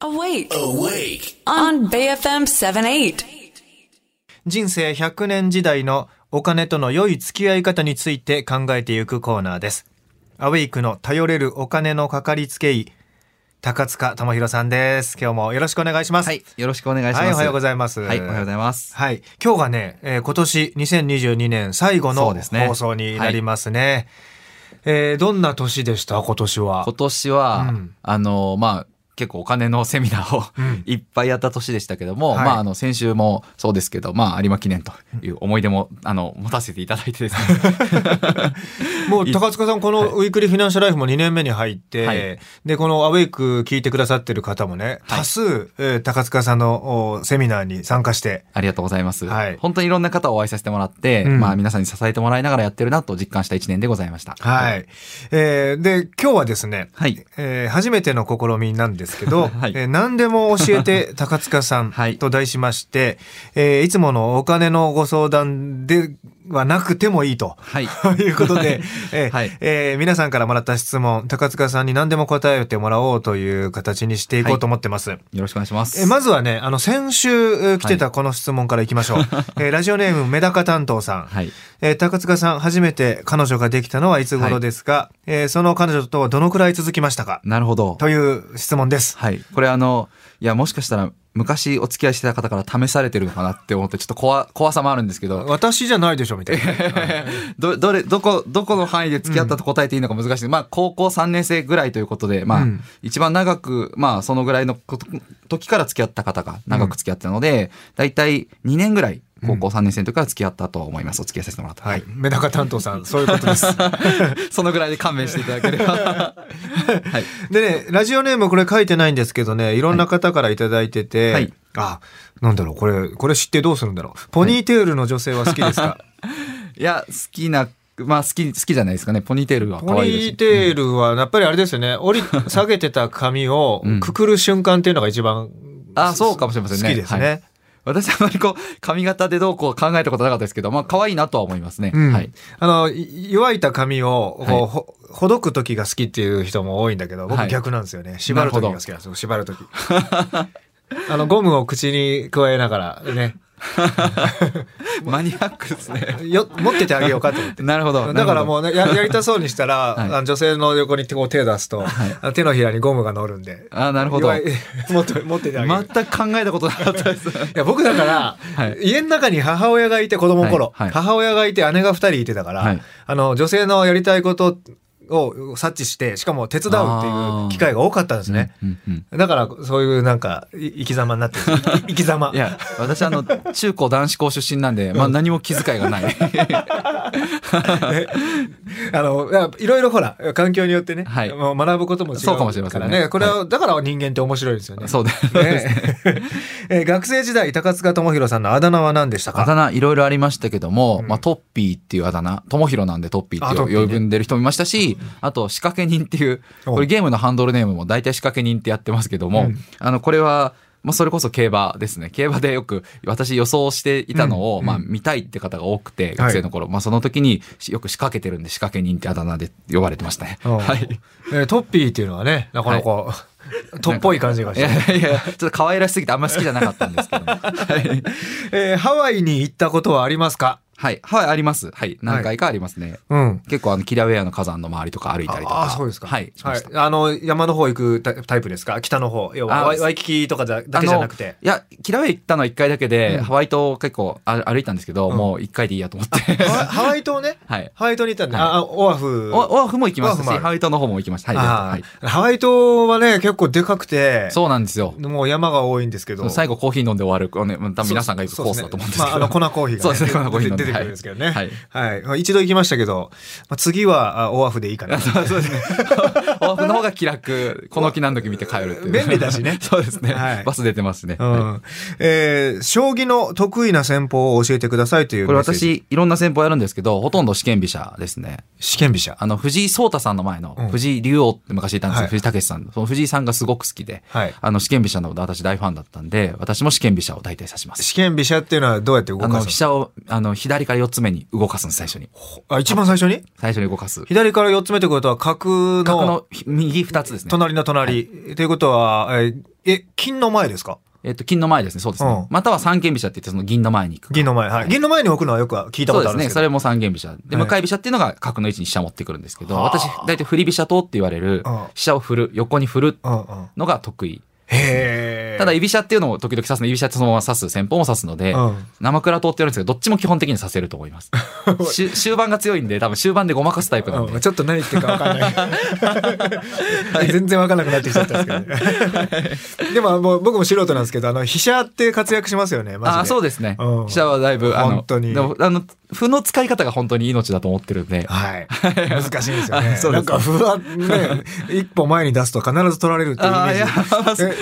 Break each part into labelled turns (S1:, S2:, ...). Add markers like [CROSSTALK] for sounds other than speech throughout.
S1: Awake. On BFM 78.
S2: 人生100年時代のお金との良い付き合い方について考えていくコーナーです。アウェイクの頼れるお金のかかりつけ医、高塚智博さんです。今日もよろしくお願いします。
S3: はい、よろしくお願いします。
S2: はいおはようございます。
S3: はい、おはようございます。
S2: はい。今日がね、えー今年2022年最後
S3: そ
S2: の
S3: うですね
S2: 放送になりますね。えーどんな年でした今年は
S3: 今。年は、
S2: うん
S3: あの、まあ、結構お金のセミナーを
S2: うん
S3: [LAUGHS] いっぱいやった年でしたけども、
S2: はい
S3: まあ、あの、先週もそうですけど、まあ、有馬記念という思い出も、あの、持たせていただいてですね。
S2: [LAUGHS] もう高塚さん、このウィークリーフィナンシャルライフも2年目に入って、
S3: はい
S2: で、このアウェイク聞いてくださってる方もね、
S3: はい
S2: 多数、えー高塚さんのおセミナーに参加して、
S3: ありがとうございます。
S2: はい
S3: 本当にいろんな方をお会いさせてもらって、
S2: うん
S3: まあ、皆さんに支えてもらいながらやってるなと実感した一年でございました。
S2: はい。えーで、今日はですね、
S3: はい。
S2: えー初めての試みなんですけど、
S3: [LAUGHS] はい
S2: えー何でも教え
S3: [LAUGHS]
S2: て高塚さん
S3: はい
S2: と題しまして、えーいつものお金のご相談ではなくてもいいと。
S3: はい。
S2: ということで、えー
S3: はい
S2: えー皆さんからもらった質問、高塚さんに何でも答えてもらおうという形にしていこうと思ってます。
S3: よろしくお願いします。
S2: えーまずはね、あの、先週えー来てたこの質問からいきましょ [LAUGHS] う。えーラジオネーム、メダカ担当さん。
S3: はい。
S2: えー高塚さん、初めて彼女ができたのはいつ頃ですか、えーその彼女とはどのくらい続きましたか
S3: なるほど。
S2: という質問です。
S3: はい。これあの、いや、もしかしたら、昔お付き合いしてた方から試されてるのかなって思って、ちょっと怖、怖さもあるんですけど、
S2: 私じゃないでしょみたいな。 [LAUGHS]
S3: ど、どれ、どこ、どこの範囲で付き合ったと答えていいのか難しい。まあ、高校3年生ぐらいということで、まあ、
S2: うん
S3: 一番長く、まあ、そのぐらいのこと時から付き合った方が長く付き合ってたので、大体2年ぐらい、高校3年生の時から付き合ったと思います。お付き合いさせてもらった。
S2: はい。メダカ担当さん、そういうことです。
S3: [LAUGHS] そのぐらいで勘弁していただけ
S2: [LAUGHS]
S3: れば。はい。
S2: でね、ラジオネームこれ書いてないんですけどね、いろんな方からいただいてて、
S3: はい
S2: あ、なんだろう、これ、これ知ってどうするんだろう。ポニーテールの女性は好きですか、
S3: いや、好きな、まあ、好き、好きじゃないです [LAUGHS] かね。ポニーテールは可
S2: ポニ
S3: 愛いですし
S2: ーテールは、やっぱりあれですよね、折り、下げてた髪を
S3: うん
S2: くくる瞬間っていうのが一番、
S3: あそうかもしれませんね
S2: 好きですね。
S3: は私あまりこう、髪型でどうこう考えたことなかったですけど、まあ、可愛いなとは思いますね。
S2: うん
S3: はい。 [LAUGHS]
S2: あの、い弱いた髪を、こう
S3: はい
S2: ほ、ほどく時が好きっていう人も多いんだけど、僕
S3: はい
S2: 逆なんですよね。縛る時が
S3: なるほど
S2: 好きなんですよ、縛る時。あの、ゴムを口に加えながらね、
S3: マニアックですね。 [LAUGHS]
S2: よ、持っててあげようかと思って。
S3: なるほど。
S2: だから
S3: う。
S2: もうね、ややりたそうにしたら、
S3: [LAUGHS] はい
S2: あの女性の横にこう手を出すと、あの手のひらにゴムが乗るんで。
S3: あなるほど。
S2: 弱い [LAUGHS] もっと持っててあげる。
S3: 全く考えたことなかった
S2: [LAUGHS]
S3: です。
S2: いや僕だから、
S3: はい
S2: 家の中に母親がいて子供の頃、
S3: はいはい
S2: 母親がいて姉が2人いてたから、
S3: はい
S2: あの女性のやりたいことを察知してしかも手伝うっていう機会が多かったんですね。
S3: うんうん
S2: だからそういうなんかい生き様にな
S3: [LAUGHS]
S2: ってるんですい生き様
S3: いや、私あの、中高男子校出身なんで、まあ何も気遣い
S2: [LAUGHS]
S3: がない。
S2: あのいやいろいろほら環境によってね、
S3: はい
S2: もう学ぶことも違う
S3: そうかもしれませんね
S2: からねこれは、だから人間って面白いですよね。
S3: そうで。
S2: ね [LAUGHS] えー学生時代高塚智博さんのあだ名は何でした
S3: あ
S2: か
S3: だ名いろいろありましたけども、
S2: うん
S3: まあトッピーっていうあだ名、ともひろなんでトッピー
S2: あトッ
S3: っ
S2: ピ
S3: て
S2: ーね
S3: 呼ぶんでる人もいましたし、あと仕掛け人っていう、
S2: お
S3: これゲームのハンドルネームも大体仕掛け人ってやってますけど
S2: う
S3: も、
S2: ん
S3: あのこれは、まあそれこそ競馬ですね。競馬でよく私予想していたのを、
S2: うん
S3: まあ
S2: うん
S3: 見たいって方が多くて、学生の頃、まあその時によく仕掛けてるんで仕掛け人ってあだ名で呼ばれてましたね。
S2: うん
S3: はい。
S2: えートッピーっていうのはねなかなか、とっぽい感じがし
S3: い
S2: て。
S3: やいや、ちょっと可愛らしすぎてあんまり好きじゃなかったんですけども。はい。
S2: えーハワイに行ったことはありますか
S3: はい。はい、あります。はい。何回かありますね。
S2: うん。
S3: 結構あのキラウェアの火山の周りとか歩いたりとか。
S2: ああ、そうですか。
S3: はい、しました。
S2: あの、山の方行くタタイプですか北の方。要は
S3: あ
S2: ワイ、ワイキキとかだだけじゃなくて。
S3: いや、キラウェア行ったのは1回だけで、
S2: うん
S3: ハワイ島結構あ歩いたんですけど、
S2: うん
S3: もう1回でいいやと思って。
S2: ハワイハワイ島ね。
S3: はい。
S2: ハワイ島に行ったんで、
S3: はい
S2: ああ、オア
S3: [LAUGHS]
S2: フ。
S3: オオアフも行きました
S2: オアフ
S3: し、
S2: もある
S3: ハワイ島の方も行きました。はい。
S2: あ
S3: はい
S2: ーハワイ島はね、結構でかくて、
S3: そうなんですよ。
S2: もう山が多いんですけど。
S3: 最後コーヒー飲んで終わる、こうね、まあ多分皆さんが行くコースだと思うんですけ
S2: そうですねまあ、あ
S3: ど。
S2: の、粉コーヒーが、
S3: そうですね粉コーヒー飲ん
S2: 出
S3: で
S2: てくるんですけどね。は
S3: はいい。
S2: はい一度行きましたけど、まあ、次はあオアフでいいか
S3: [LAUGHS]
S2: な。
S3: そうですね。オアフの方が気楽、この木何時見て帰るっていう。
S2: 便利だしね
S3: [LAUGHS] そうですね。
S2: はい
S3: バス出てますね。
S2: うん。えー将棋の得意な戦法を教えてくださいという
S3: これ
S2: メッセージ。
S3: 私、いろんな戦法やるんですけど、ほとんど試験飛車ですね。
S2: 試験飛車。
S3: あの、藤井聡太さんの前の
S2: うん、
S3: 藤井竜王って昔いたんですよ、
S2: はい
S3: 藤井武さんの。その藤井さんがすごく好きで、
S2: はい
S3: あの、試験飛車の私大ファンだったんで、私も試験飛車を大体指します。
S2: 試験飛車っていうのはどうやって動
S3: あ
S2: か
S3: の、
S2: すの
S3: 飛車を、あの、左左から4つ目に動かすんです、最初に。
S2: あ、一番最初に
S3: 最初に動かす。
S2: 左から4つ目ってことは角
S3: 角
S2: の
S3: のひ右2つですね。
S2: 隣の隣。ということは、えーえ、金の前ですか
S3: えっと、金の前ですね。そうですね。
S2: うん
S3: または三間飛車って言って、その銀の前に行く。
S2: 銀の前。はい。銀の前に置くのはよくは聞いた
S3: そ
S2: こ
S3: う
S2: と
S3: で
S2: あ
S3: す
S2: るんで
S3: ね。
S2: すけ
S3: そ
S2: ど。
S3: れも三間飛車。で、
S2: はい
S3: 向かい飛車っていうのが角の位置に飛車持ってくるんですけど、
S2: はあ
S3: 私、大体振り飛車党って言われる
S2: うん、
S3: 飛車を振る、横に振る
S2: うんうん。
S3: のが得意。
S2: へえ。
S3: ただ、居飛車っていうのを時々指すの、居飛車ってそのまま指す、先方も指すので、
S2: うん
S3: 生倉党って言われるんですけど、どっちも基本的に指せると思
S2: [LAUGHS]
S3: います。し終盤が強いんで、多分終盤でごまかすタイプなんで
S2: うん、。ちょっと何言ってるか分か
S3: [LAUGHS]
S2: んない全然分かんなくなってきちゃったんですけど、ね、でももう僕も素人なんですけどあの飛車って活躍しますよねマジで
S3: あそうですね。
S2: うん
S3: 飛車はだいぶ、あの、
S2: 本当に
S3: でも、あの、歩の使い方が本当に命だと思ってる
S2: [LAUGHS]
S3: んで、
S2: はい
S3: [LAUGHS]
S2: 難しいんですよね
S3: あそうです
S2: なんかふわね一歩前に出すと必ず取られるっていうイメ
S3: あーいや
S2: ージ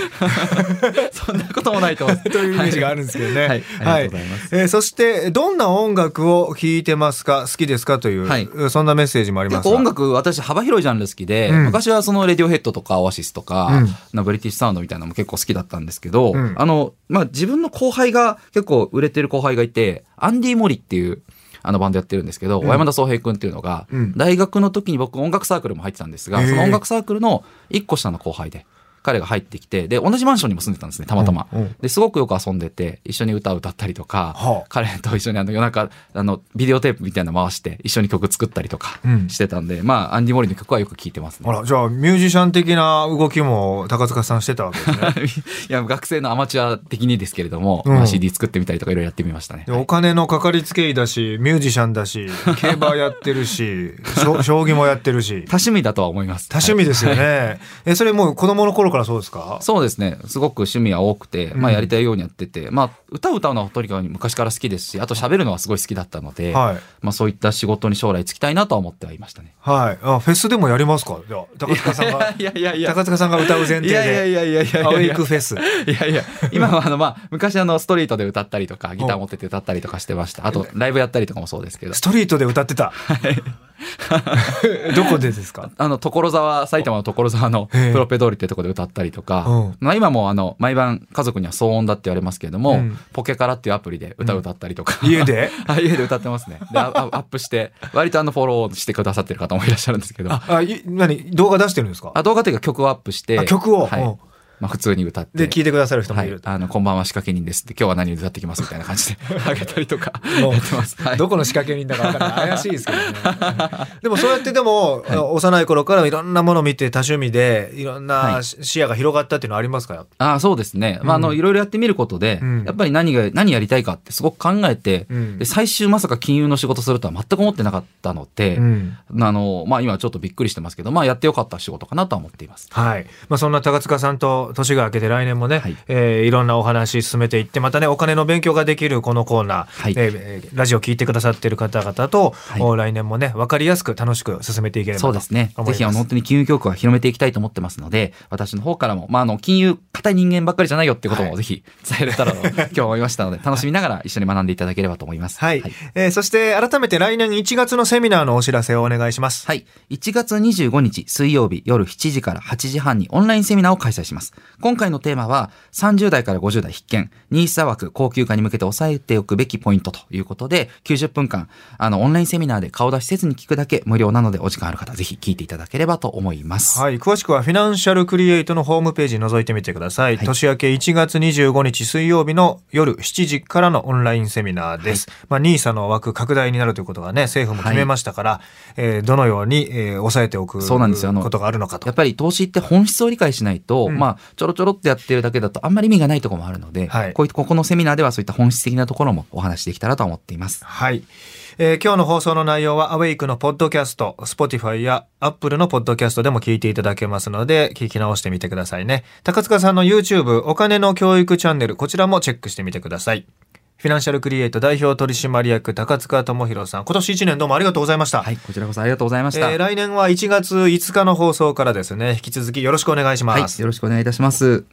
S3: そんなこともないと思います。
S2: えというイメージがあるんですけどね
S3: はいありがとうございます
S2: えーそしてどんな音楽を聴いてますか好きですかという、
S3: はい
S2: そんなメッセージもあり
S3: 結
S2: ます
S3: 構
S2: が
S3: 音楽、私幅広いジャンル好きで、
S2: うん
S3: 昔はそのレディオヘッドとかオアシスとか、
S2: うん
S3: なブリティッシュサウンドみたいなのも結構好きだったんですけど、
S2: うん
S3: あの、まあ、自分の後輩が結構売れてる後輩がいて、アンディ・モリっていう、あのバンドやってるんですけど、小山田宗平くんっていうのが、
S2: うん
S3: 大学の時に僕音楽サークルも入ってたんですが、
S2: へえ
S3: その音楽サークルの一個下の後輩で、彼が入ってきて、で、同じマンションにも住んでたんですね、たまたま。
S2: うんうん
S3: で、すごくよく遊んでて、一緒に歌を歌ったりとか、
S2: はあ
S3: 彼と一緒にあの夜中、あの、ビデオテープみたいなの回して、一緒に曲作ったりとか
S2: うん
S3: してたんで、まあ、アンディ・モリの曲はよく聴いてますね
S2: あ。らじゃあミュージシャン的な動きも高塚さんしてたわけですね
S3: [LAUGHS] いや、学生のアマチュア的にですけれども、
S2: うん
S3: まあ CD 作ってみたりとかいろいろやってみましたね
S2: で。お金のかかりつけ医だし、ミュージシャンだし、競馬やってるし、 [LAUGHS] しょ将棋もやってるし、
S3: 多趣味だとは思います。
S2: 多趣味ですよ
S3: はい
S2: ね。え、それもう子供の頃からそうですか
S3: そうですね。すごく趣味は多くて、まあ
S2: うん
S3: やりたいようにやってて、まあ歌を歌うのはとにかく昔から好きですし、あと喋るのはすごい好きだったので、
S2: はい。
S3: まあそういった仕事に将来就きたいなとは思ってはいましたね。
S2: はい。あ、フェスでもやりますかじゃあ、高塚さんが、
S3: いやいやいや。
S2: 高塚さんが歌う前提
S3: いやいやい
S2: で、
S3: やいやいやいや
S2: アウェイクフェス。
S3: いやいや、今はあの、まあ、昔あの、ストリートで歌ったりとか、ギター持ってて歌ったりとかしてました。あと、ライブやったりとかもそうですけど
S2: ス。トリートで歌ってた。 [LAUGHS] どこでですか
S3: あの、所沢、埼玉の所沢の
S2: へえ
S3: プロペ通りってとこで歌ったりと
S2: う
S3: か
S2: ん、
S3: まあ今もあの、毎晩家族には騒音だって言われますけれども、
S2: うん
S3: ポケカラっていうアプリで歌を歌ったりとか。
S2: 家で
S3: [LAUGHS] あ家で歌ってますね。で、ああアップして、割とあの、フォローしてくださってる方もいらっしゃるんですけど、あ
S2: あ、い何動画出してるんですか
S3: 動画というか曲をアップして、
S2: あ曲を
S3: はい
S2: うん
S3: まあ、普通に歌って。
S2: で、聞いてくださる人も
S3: はいい
S2: る、。
S3: あの、こんばんは仕掛け人ですって、今日は何を歌ってきますみたいな感じ
S2: [LAUGHS]
S3: で、あげたりとか、
S2: もう
S3: やってます。はい
S2: どこの仕掛け人だか分からない怪しいですけど
S3: [LAUGHS]
S2: ねでもそうやってでも、あの幼い頃からいろんなものを見て多趣味でいろん
S3: は
S2: ないし視野が広がったっていうのはありますか
S3: ああそうですね。まあ、あの、いろいろやってみることで、
S2: うん
S3: やっぱり何が、何やりたいかってすごく考えて、
S2: うん
S3: で最終まさか金融の仕事するとは全く思ってなかったので、
S2: うん
S3: あの、まあ、今ちょっとびっくりしてますけど、まあ、やってよかった仕事かなとは思っています。
S2: はい。まあそんな高塚さんと年が明けて来年もね、
S3: はいい、
S2: えーいろんなお話進めていって、またね、お金の勉強ができるこのコーナー、
S3: はい
S2: えーえーラジオ聞いてくださってる方々と、
S3: い
S2: お来年もね、分かりやすく楽しく進めていければと
S3: そ
S2: 思
S3: う
S2: い
S3: で
S2: ます
S3: ね。ぜひ、あの、本当に金融教育は広めていきたいと思ってますので、私の方からも、まあ、あの、金融、硬い人間ばっかりじゃないよってことも、ぜひ、伝えれたらと、
S2: [LAUGHS]
S3: 今日思いましたので、楽しみながら一緒に学んでいただければと思います。
S2: はい、えーそして改めて来年1月のセミナーのお知らせをお願いします。
S3: はい。1月25日水曜日夜7時から8時半にオンラインセミナーを開催します。今回のテーマは30代から50代必見、ニーサ枠高級化に向けて抑えておくべきポイントということで、90分間、あの、オンラインセミナーで顔出しせずに聞くだけ無料なのでお時間ある方、ぜひ聞いていただければと思います。
S2: はい、詳しくはフィナンシャルクリエイトのホームページ覗いてみてください。
S3: はい
S2: 年明け1月25日水曜日の夜7時からのオンラインセミナーです。まあ、ニーサの枠拡大になるということがね、政府も決めましたから、えーどのように、えー抑えておく
S3: そうなんですよあの
S2: ことがあるのか
S3: や
S2: と
S3: っ。ぱり投資って本質を理解しないと、
S2: うん
S3: まあ、ちょろちょろってやってるだけだとあんまり意味がないところもあるので、
S2: はい
S3: こういったここのセミナーではそういった本質的なところもお話しできたらと思っています。
S2: はい、えー今日の放送の内容はアウェイクのポッドキャスト、Spotify や Apple のポッドキャストでも聞いていただけますので、聞き直してみてくださいね。高塚さんの YouTube お金の教育チャンネル、こちらもチェックしてみてください。フィナンシャルクリエイト代表取締役高塚智博さん、今年1年どうもありがとうございました。
S3: はい、こちらこそありがとうございました。
S2: えー来年は1月5日の放送からですね、引き続きよろしくお願いし
S3: はい
S2: ま、す。
S3: よろしくお願いいたします。